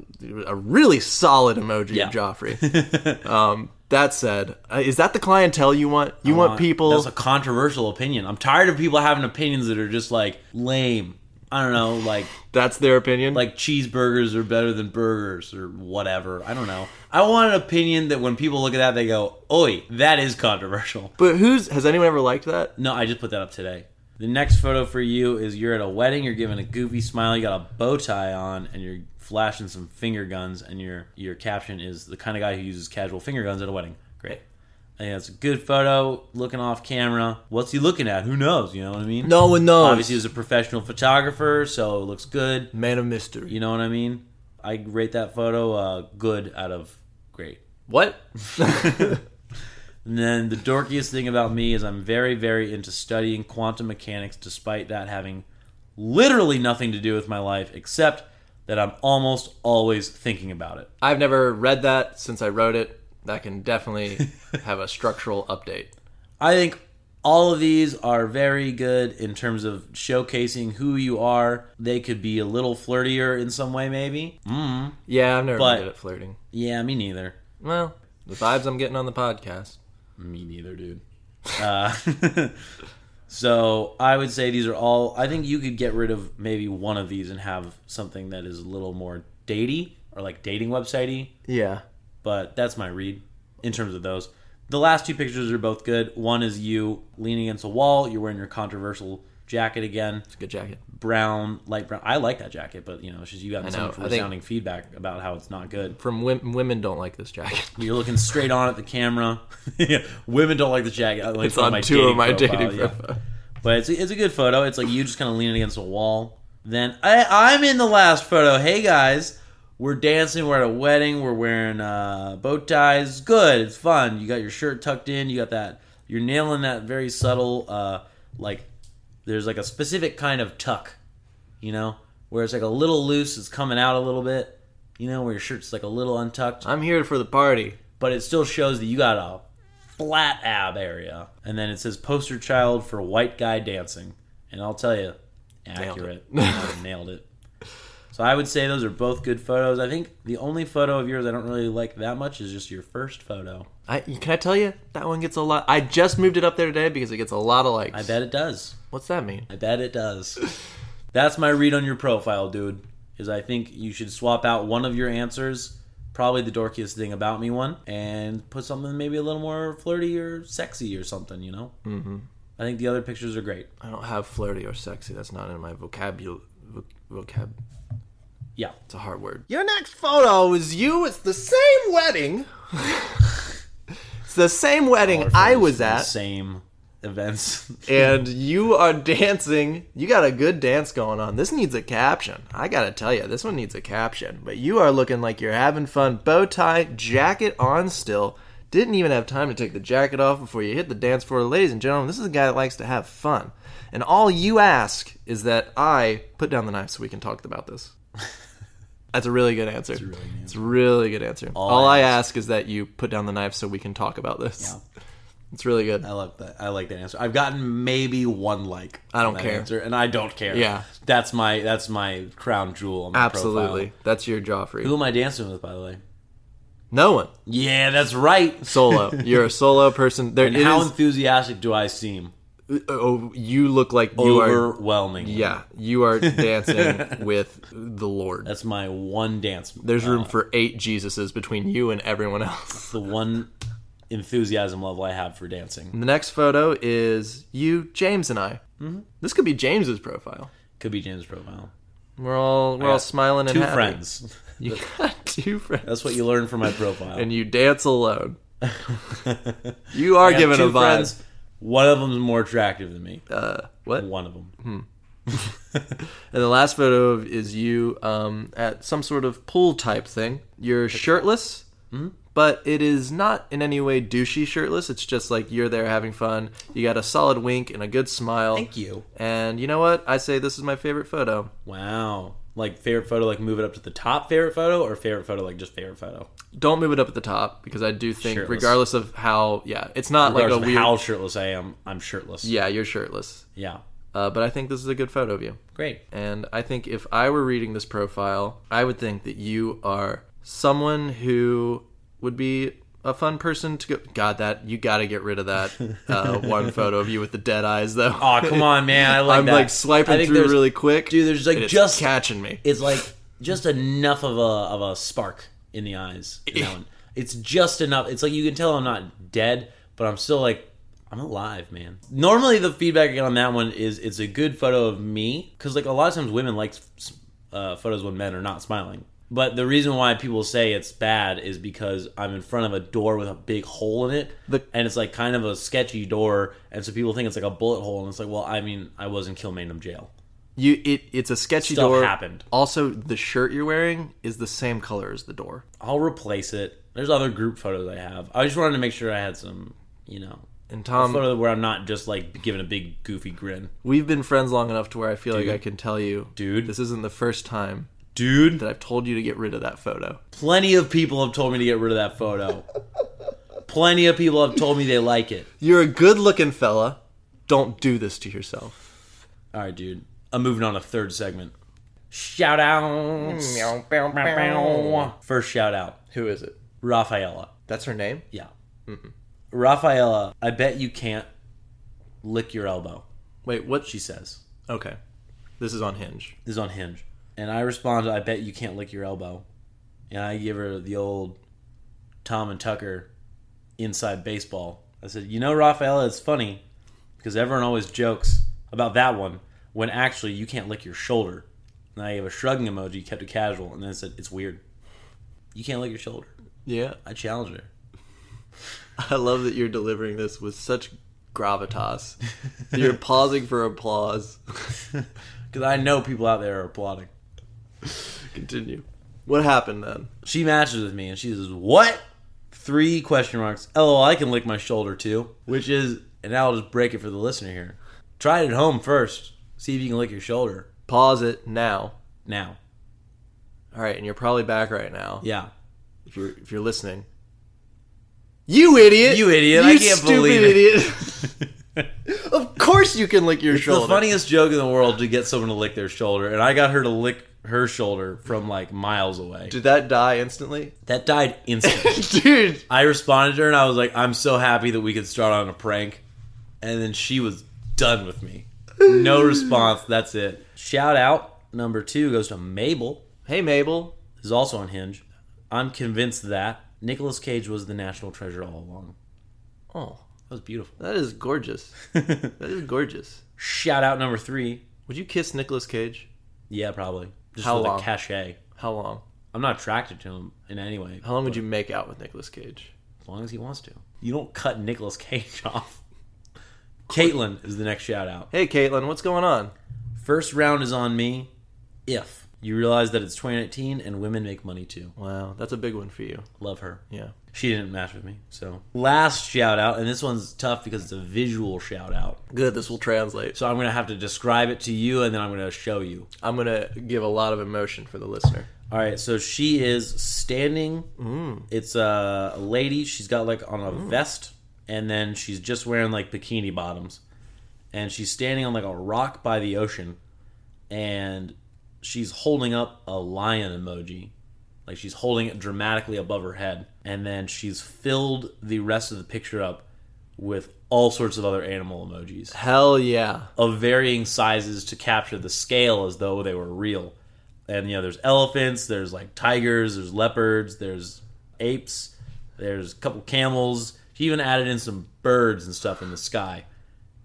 Speaker 4: a really solid emoji
Speaker 2: Yeah.
Speaker 4: of Joffrey. um, that said, uh, is that the clientele you want? You want, people?
Speaker 2: That's a controversial opinion. I'm tired of people having opinions that are just like lame. I don't know, like
Speaker 4: that's their opinion.
Speaker 2: like cheeseburgers are better than burgers or whatever. I don't know. I want an opinion that when people look at that they go, "Oi, that is controversial."
Speaker 4: but who's has anyone ever liked that?
Speaker 2: No, I just put that up today. The next photo for you is you're at a wedding, you're giving a goofy smile, you got a bow tie on, and you're flashing some finger guns, and your your caption is the kind of guy who uses casual finger guns at a wedding. Great. I think that's a good photo, looking off camera. What's he looking at? Who knows? You know what I mean?
Speaker 4: No one knows.
Speaker 2: Obviously, he's a professional photographer, so it looks good.
Speaker 4: man of mystery.
Speaker 2: You know what I mean? I rate that photo uh, good out of great.
Speaker 4: what?
Speaker 2: And then the dorkiest thing about me is I'm very, very into studying quantum mechanics, despite that having literally nothing to do with my life, except that I'm almost always thinking about it.
Speaker 4: I've never read that since I wrote it. That can definitely have a structural update.
Speaker 2: I think all of these are very good in terms of showcasing who you are. They could be a little flirtier in some way, maybe. Mm.
Speaker 4: Yeah, I've never
Speaker 2: But-
Speaker 4: been good at flirting.
Speaker 2: Yeah, me neither.
Speaker 4: Well, the vibes I'm getting on the podcast.
Speaker 2: Me neither, dude. Uh, so I would say these are all. I think you could get rid of maybe one of these and have something that is a little more datey or like dating websitey.
Speaker 4: Yeah.
Speaker 2: But that's my read in terms of those. The last two pictures are both good. One is you leaning against a wall. You're wearing your controversial jacket again,
Speaker 4: It's a good jacket.
Speaker 2: brown, light brown. I like that jacket, but you know, it's just you got so
Speaker 4: know.
Speaker 2: much
Speaker 4: I think-
Speaker 2: resounding feedback about how it's not good.
Speaker 4: From wom- women don't like this jacket.
Speaker 2: You're looking straight on at the camera. Yeah, Women don't like the jacket. Like
Speaker 4: It's on two of my dating
Speaker 2: yeah.
Speaker 4: profile.
Speaker 2: But it's a, it's a good photo. It's like you just kind of leaning against a wall. Then I, I'm in the last photo. Hey guys, we're dancing. We're at a wedding. We're wearing uh, bow ties. Good. It's fun. You got your shirt tucked in. You got that. You're nailing that very subtle. Uh, like there's like a specific kind of tuck, you know, where it's like a little loose. It's coming out a little bit. You know, where your shirt's like a little untucked
Speaker 4: I'm here for the party.
Speaker 2: but it still shows that you got a flat ab area. And then it says poster child for white guy dancing. And I'll tell you, accurate. I would've Nailed it. So I would say those are both good photos. I think the only photo of yours I don't really like that much is just your first photo.
Speaker 4: I, can I tell you that one gets a lot? I just moved it up there today because it gets a lot of likes.
Speaker 2: I bet it does.
Speaker 4: What's that mean?
Speaker 2: I bet it does. That's my read on your profile, dude. Is I think you should swap out one of your answers, probably the dorkiest thing about me one, and put something maybe a little more flirty or sexy or something. You know. Mm-hmm. I think the other pictures are great.
Speaker 4: I don't have flirty or sexy. That's not in my vocabulary. Vocab.
Speaker 2: Yeah.
Speaker 4: It's a hard word. Your next photo is you. It's the same wedding. it's the same wedding I was
Speaker 2: The
Speaker 4: at.
Speaker 2: same events.
Speaker 4: and you are dancing. You got a good dance going on. This needs a caption. I gotta tell you, this one needs a caption. But you are looking like you're having fun. Bow tie, jacket on still. Didn't even have time to take the jacket off before you hit the dance floor. Ladies and gentlemen, this is a guy that likes to have fun. And all you ask is that I put down the knife so we can talk about this. That's a really good answer. It's a
Speaker 2: really good answer.
Speaker 4: good answer. All, I, ask is that you put down the knife so we can talk about this. It's really good.
Speaker 2: I love that. I like that answer. I've gotten maybe one like.
Speaker 4: I don't
Speaker 2: on that
Speaker 4: care.
Speaker 2: Answer, and I don't care.
Speaker 4: Yeah.
Speaker 2: That's my that's my crown jewel. On my
Speaker 4: Absolutely.
Speaker 2: profile.
Speaker 4: That's your Joffrey.
Speaker 2: Who am I dancing with, by the way?
Speaker 4: No one.
Speaker 2: Yeah, that's right.
Speaker 4: Solo. You're a solo person. There
Speaker 2: And
Speaker 4: it
Speaker 2: how
Speaker 4: is-
Speaker 2: enthusiastic do I seem?
Speaker 4: oh, you look like you are.
Speaker 2: Overwhelming.
Speaker 4: Yeah, you are dancing with the Lord.
Speaker 2: That's my one dance.
Speaker 4: There's room for eight Jesuses between you and everyone else.
Speaker 2: the one enthusiasm level I have for dancing.
Speaker 4: The next photo
Speaker 2: Mm-hmm.
Speaker 4: is you, James, and I. This could be James's profile.
Speaker 2: Could be James' profile.
Speaker 4: We're all we're
Speaker 2: got
Speaker 4: all smiling and
Speaker 2: Two
Speaker 4: happy.
Speaker 2: friends.
Speaker 4: You got two friends.
Speaker 2: That's what you learn from my profile.
Speaker 4: and you dance alone. You are giving a vibe.
Speaker 2: One of them's more attractive than me.
Speaker 4: Uh, what?
Speaker 2: One of them.
Speaker 4: Mm-hmm. And the last photo of- is you um, at some sort of pool type thing. You're shirtless,
Speaker 2: Mm-hmm.
Speaker 4: but it is not in any way douchey shirtless. It's just like you're there having fun. You got a solid wink and a good smile.
Speaker 2: you.
Speaker 4: And you know what? I say this is my favorite photo.
Speaker 2: Wow. Like favorite photo, like move it up to the top favorite photo, or favorite photo, like just favorite photo.
Speaker 4: Don't move it up at the top because I do think,
Speaker 2: Shirtless.
Speaker 4: regardless of how, yeah, it's not
Speaker 2: Like
Speaker 4: like a weird.
Speaker 2: how shirtless I am, I'm shirtless.
Speaker 4: yeah, you're shirtless.
Speaker 2: Yeah.
Speaker 4: Uh, but I think this is a good photo of you.
Speaker 2: Great.
Speaker 4: And I think if I were reading this profile, I would think that you are someone who would be a fun person to go. God, that you got to get rid of that uh, one photo of you with the dead eyes, though.
Speaker 2: Oh come on, man! I like
Speaker 4: I'm
Speaker 2: that.
Speaker 4: like
Speaker 2: I
Speaker 4: swiping
Speaker 2: think
Speaker 4: through
Speaker 2: there's-
Speaker 4: really quick,
Speaker 2: dude. There's like
Speaker 4: and it's
Speaker 2: just
Speaker 4: catching me.
Speaker 2: it's like just enough of a of a spark in the eyes. in that one. It's just enough. It's like you can tell I'm not dead, but I'm still like I'm alive, man. Normally the feedback I get on that one is it's a good photo of me because like a lot of times women like s- uh, photos when men are not smiling. But the reason why people say it's bad is because I'm in front of a door with a big hole in it,
Speaker 4: The-
Speaker 2: and it's like kind of a sketchy door, and so people think it's like a bullet hole, and it's like, well, I mean, I was in Kilmainham jail.
Speaker 4: You, it, it's a sketchy
Speaker 2: Stuff
Speaker 4: door.
Speaker 2: happened.
Speaker 4: Also, the shirt you're wearing is the same color as the door.
Speaker 2: I'll replace it. There's other group photos I have. I just wanted to make sure I had some, you know,
Speaker 4: And Tom,
Speaker 2: photo where I'm not just like giving a big goofy grin,
Speaker 4: we've been friends long enough to where I feel like I can tell you,
Speaker 2: Dude.
Speaker 4: this isn't the first time
Speaker 2: dude.
Speaker 4: that I've told you to get rid of that photo.
Speaker 2: Plenty of people have told me to get rid of that photo. Plenty of people have told me they like it.
Speaker 4: You're a good looking fella. Don't do this to yourself.
Speaker 2: All right, dude. I'm moving on to third segment. Shout outs. First shout out,
Speaker 4: Who is it?
Speaker 2: Rafaela.
Speaker 4: That's her name?
Speaker 2: Yeah. Rafaela, I bet you can't lick your elbow.
Speaker 4: Wait, what?
Speaker 2: She says.
Speaker 4: Okay. This is on Hinge.
Speaker 2: This is on Hinge. And I respond, I bet you can't lick your elbow. And I give her the old Tom and Tucker inside baseball. I said, You know, Rafaela, it's funny because everyone always jokes about that one when actually you can't lick your shoulder. And I gave a shrugging emoji, kept it casual, and then I said, It's weird. You can't lick your shoulder.
Speaker 4: Yeah.
Speaker 2: I challenged her.
Speaker 4: I love that you're delivering this with such gravitas. you're pausing for applause.
Speaker 2: Because I know people out there are applauding.
Speaker 4: Continue. What happened then?
Speaker 2: She matches with me and she says, What? Three question marks. LOL, I can lick my shoulder too. Which is, and now I'll just break it for the listener here. Try it at home first. See if you can lick your shoulder
Speaker 4: Pause it now.
Speaker 2: now.
Speaker 4: All right, and you're probably back right now.
Speaker 2: Yeah.
Speaker 4: If you're if you're listening. You idiot!
Speaker 2: You idiot. I can't
Speaker 4: stupid
Speaker 2: believe it.
Speaker 4: idiot! of course you can lick your shoulder.
Speaker 2: The funniest joke in the world to get someone to lick their shoulder, and I got her to lick her shoulder from like miles away.
Speaker 4: Did that die instantly?
Speaker 2: That died instantly.
Speaker 4: Dude,
Speaker 2: I responded to her and I was like, I'm so happy that we could start on a prank. And then she was done with me. No response. That's it. Shout out number two goes to Mabel.
Speaker 4: Hey, Mabel.
Speaker 2: This is also on Hinge. I'm convinced that Nicolas Cage was the national treasure all along.
Speaker 4: Oh,
Speaker 2: That was beautiful.
Speaker 4: that is gorgeous. That is gorgeous.
Speaker 2: Shout out number three.
Speaker 4: Would you kiss Nicolas Cage?
Speaker 2: Yeah, probably. Just
Speaker 4: How
Speaker 2: for
Speaker 4: long?
Speaker 2: the cachet.
Speaker 4: How long?
Speaker 2: I'm not attracted to him in any way.
Speaker 4: How long would you make out with Nicolas Cage?
Speaker 2: As long as he wants to. You don't cut Nicolas Cage off. Caitlin is the next shout out.
Speaker 4: Hey, Caitlin, what's going on?
Speaker 2: First round is on me if you realize that it's 2019 and women make money too.
Speaker 4: Wow, that's a big one for you.
Speaker 2: Love her.
Speaker 4: Yeah.
Speaker 2: She didn't match with me. So, last shout out, and this one's tough because it's a visual shout out.
Speaker 4: Good, this will translate.
Speaker 2: So, I'm going to have to describe it to you and then I'm going to show you.
Speaker 4: I'm going to give a lot of emotion for the listener.
Speaker 2: All right. So, she is standing. It's a lady. She's got like on a vest and then she's just wearing like bikini bottoms. And she's standing on like a rock by the ocean and she's holding up a lion emoji. Like she's holding it dramatically above her head, and then she's filled the rest of the picture up with all sorts of other animal emojis
Speaker 4: Hell yeah.
Speaker 2: of varying sizes to capture the scale as though they were real. And you know, there's elephants, there's like tigers, there's leopards, there's apes, there's a couple camels. She even added in some birds and stuff in the sky.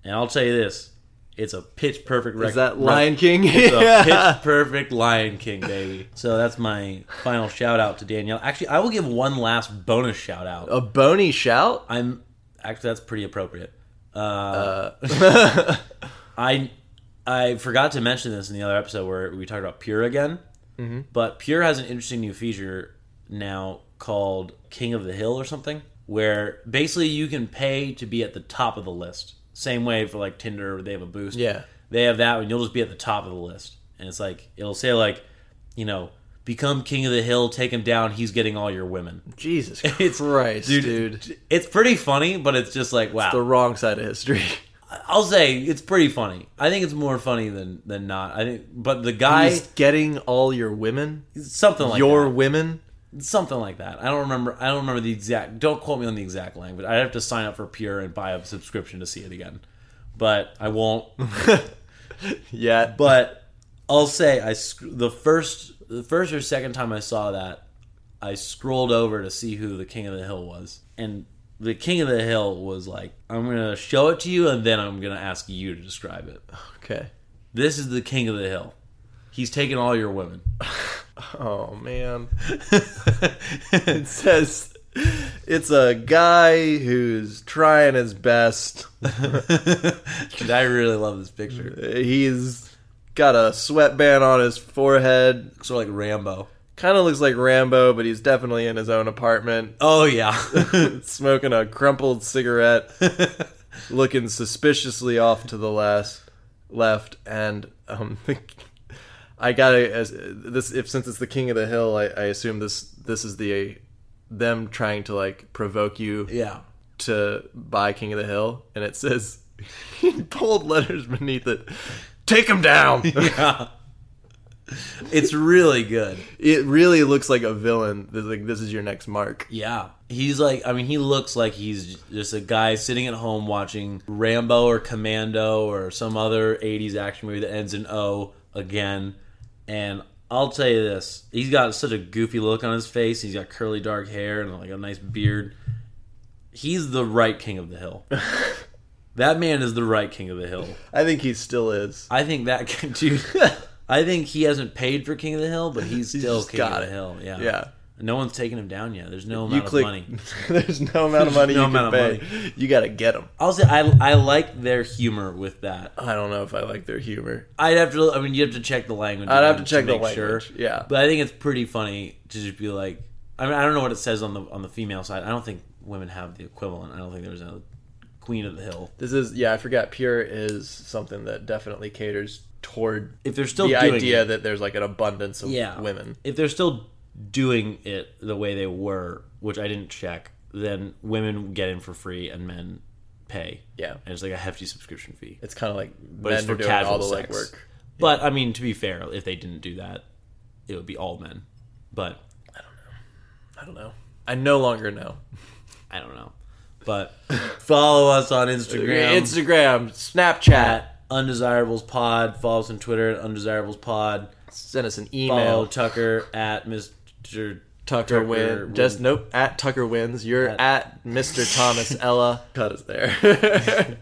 Speaker 2: And I'll tell you this, It's a pitch perfect record.
Speaker 4: Is that Lion King?
Speaker 2: It's a
Speaker 4: yeah.
Speaker 2: pitch perfect Lion King, baby. So that's my final shout out to Danielle. Actually, I will give one last bonus shout out.
Speaker 4: A bony shout?
Speaker 2: I'm actually that's pretty appropriate. Uh, I I forgot to mention this in the other episode where we talked about Pure again, but Pure has an interesting new feature now called King of the Hill or something, where basically you can pay to be at the top of the list. Same way for like Tinder, they have a boost.
Speaker 4: Yeah.
Speaker 2: they have that, and you'll just be at the top of the list, and it's like it'll say like, you know. Become king of the hill, take him down. He's getting all your women.
Speaker 4: Jesus
Speaker 2: It's-
Speaker 4: Christ, dude.
Speaker 2: It's pretty funny, but it's just like wow.
Speaker 4: The wrong side of history.
Speaker 2: I'll say it's pretty funny. I think it's more funny than than not. I think, but the guy
Speaker 4: He's getting all your women?
Speaker 2: something like
Speaker 4: your
Speaker 2: that.
Speaker 4: women?
Speaker 2: something like that. I don't remember. I don't remember the exact. Don't quote me on the exact language. I'd have to sign up for Pure and buy a subscription to see it again. But I won't.
Speaker 4: Yeah. But
Speaker 2: but I'll say I sc- the first the first or second time I saw that, I scrolled over to see who the king of the hill was, and the king of the hill was like, "I'm gonna show it to you, and then I'm gonna ask you to describe it."
Speaker 4: okay.
Speaker 2: This is the king of the hill. He's taking all your women.
Speaker 4: Oh man. it says it's a guy who's trying his best.
Speaker 2: And I really love this picture.
Speaker 4: He's got a sweatband on his forehead.
Speaker 2: Sort of like Rambo.
Speaker 4: Kind of looks like Rambo, but he's definitely in his own apartment,
Speaker 2: Oh yeah.
Speaker 4: smoking a crumpled cigarette, looking suspiciously off to the last left. And um, I gotta as, this if since it's the king of the hill, I, I assume this this is the them trying to like provoke you
Speaker 2: yeah.
Speaker 4: to buy King of the Hill, and it says in bold letters beneath it, "Take him down."
Speaker 2: Yeah. It's really good.
Speaker 4: it really looks like a villain. This, like this is your next mark.
Speaker 2: Yeah. He's like I mean he looks like he's just a guy sitting at home watching Rambo or Commando or some other 80s action movie that ends in O again. And I'll tell you this, he's got such a goofy look on his face. He's got curly dark hair and like a nice beard. He's the right king of the hill. that man is the right king of the hill.
Speaker 4: I think he still is.
Speaker 2: I think that can dude. I think he hasn't paid for King of the Hill, but he's still
Speaker 4: just
Speaker 2: King of
Speaker 4: got
Speaker 2: the
Speaker 4: it.
Speaker 2: Hill. Yeah.
Speaker 4: Yeah.
Speaker 2: No one's taking him down yet. There's no
Speaker 4: You
Speaker 2: amount
Speaker 4: click.
Speaker 2: of money.
Speaker 4: There's no amount of money you
Speaker 2: no
Speaker 4: can
Speaker 2: amount
Speaker 4: pay.
Speaker 2: of
Speaker 4: You got to get him.
Speaker 2: I'll say I I like their humor with that.
Speaker 4: I don't know if I like their humor.
Speaker 2: I'd have to. I mean, you have to check the language.
Speaker 4: I'd have
Speaker 2: again
Speaker 4: to check the
Speaker 2: make
Speaker 4: language. Yeah.
Speaker 2: But I think it's pretty funny to just be like. I mean, I don't know what it says on the on the female side. I don't think women have the equivalent. I don't think there's a Queen of the Hill.
Speaker 4: This is yeah. I forgot. Pure is something that definitely caters toward
Speaker 2: If they're still
Speaker 4: the
Speaker 2: doing
Speaker 4: idea
Speaker 2: it,
Speaker 4: that there's like an abundance of
Speaker 2: yeah,
Speaker 4: women.
Speaker 2: If they're still doing it the way they were, which I didn't check, then women get in for free and men pay.
Speaker 4: Yeah.
Speaker 2: and it's like a hefty subscription fee.
Speaker 4: It's kind of like
Speaker 2: it's
Speaker 4: men
Speaker 2: for
Speaker 4: are doing all
Speaker 2: casual
Speaker 4: the
Speaker 2: sex.
Speaker 4: legwork.
Speaker 2: But I mean, to be fair, if they didn't do that, it would be all men. But
Speaker 4: I don't know. I no longer know.
Speaker 2: I don't know. But follow us on Instagram.
Speaker 4: Instagram, Snapchat.
Speaker 2: at Undesirables Pod. Follow us on Twitter at Undesirables Pod.
Speaker 4: Send us an
Speaker 2: Follow
Speaker 4: email.
Speaker 2: Tucker at Mr.
Speaker 4: Tucker
Speaker 2: Tucker
Speaker 4: Win. Just nope. At Tucker Wins. You're at, Mr. Thomas Ella. Cut us there.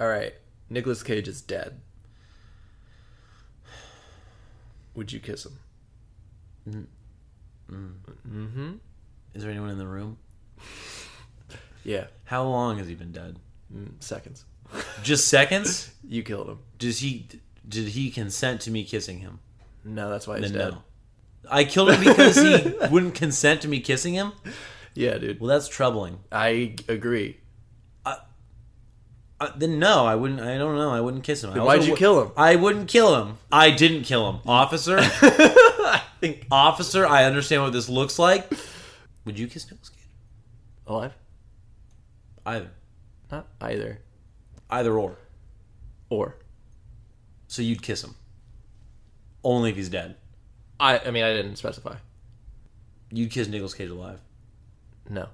Speaker 4: All right. Nicholas Cage is dead. Would you kiss him?
Speaker 2: Is there anyone in the room?
Speaker 4: Yeah.
Speaker 2: How long has he been dead?
Speaker 4: Mm, seconds.
Speaker 2: Just seconds?
Speaker 4: You killed him.
Speaker 2: Does he? Did he consent to me kissing him?
Speaker 4: No, that's why he's
Speaker 2: Then
Speaker 4: dead.
Speaker 2: no. I killed him because he wouldn't consent to me kissing him.
Speaker 4: Yeah, dude.
Speaker 2: Well, that's troubling.
Speaker 4: I agree.
Speaker 2: Uh, then no, I wouldn't. I don't know. I wouldn't kiss him. I
Speaker 4: why'd
Speaker 2: also
Speaker 4: you
Speaker 2: wou-
Speaker 4: kill him?
Speaker 2: I wouldn't kill him. I didn't kill him, officer.
Speaker 4: I think
Speaker 2: officer, I understand what this looks like. Would you kiss Nicholas Cage?
Speaker 4: alive.
Speaker 2: Either,
Speaker 4: Not either.
Speaker 2: either or.
Speaker 4: Or.
Speaker 2: So you'd kiss him, only if he's dead.
Speaker 4: I. I mean, I didn't specify.
Speaker 2: You'd kiss Nicholas Cage alive.
Speaker 4: No.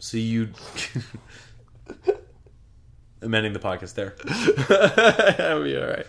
Speaker 2: So you'd amending the podcast there.
Speaker 4: That'll be all right.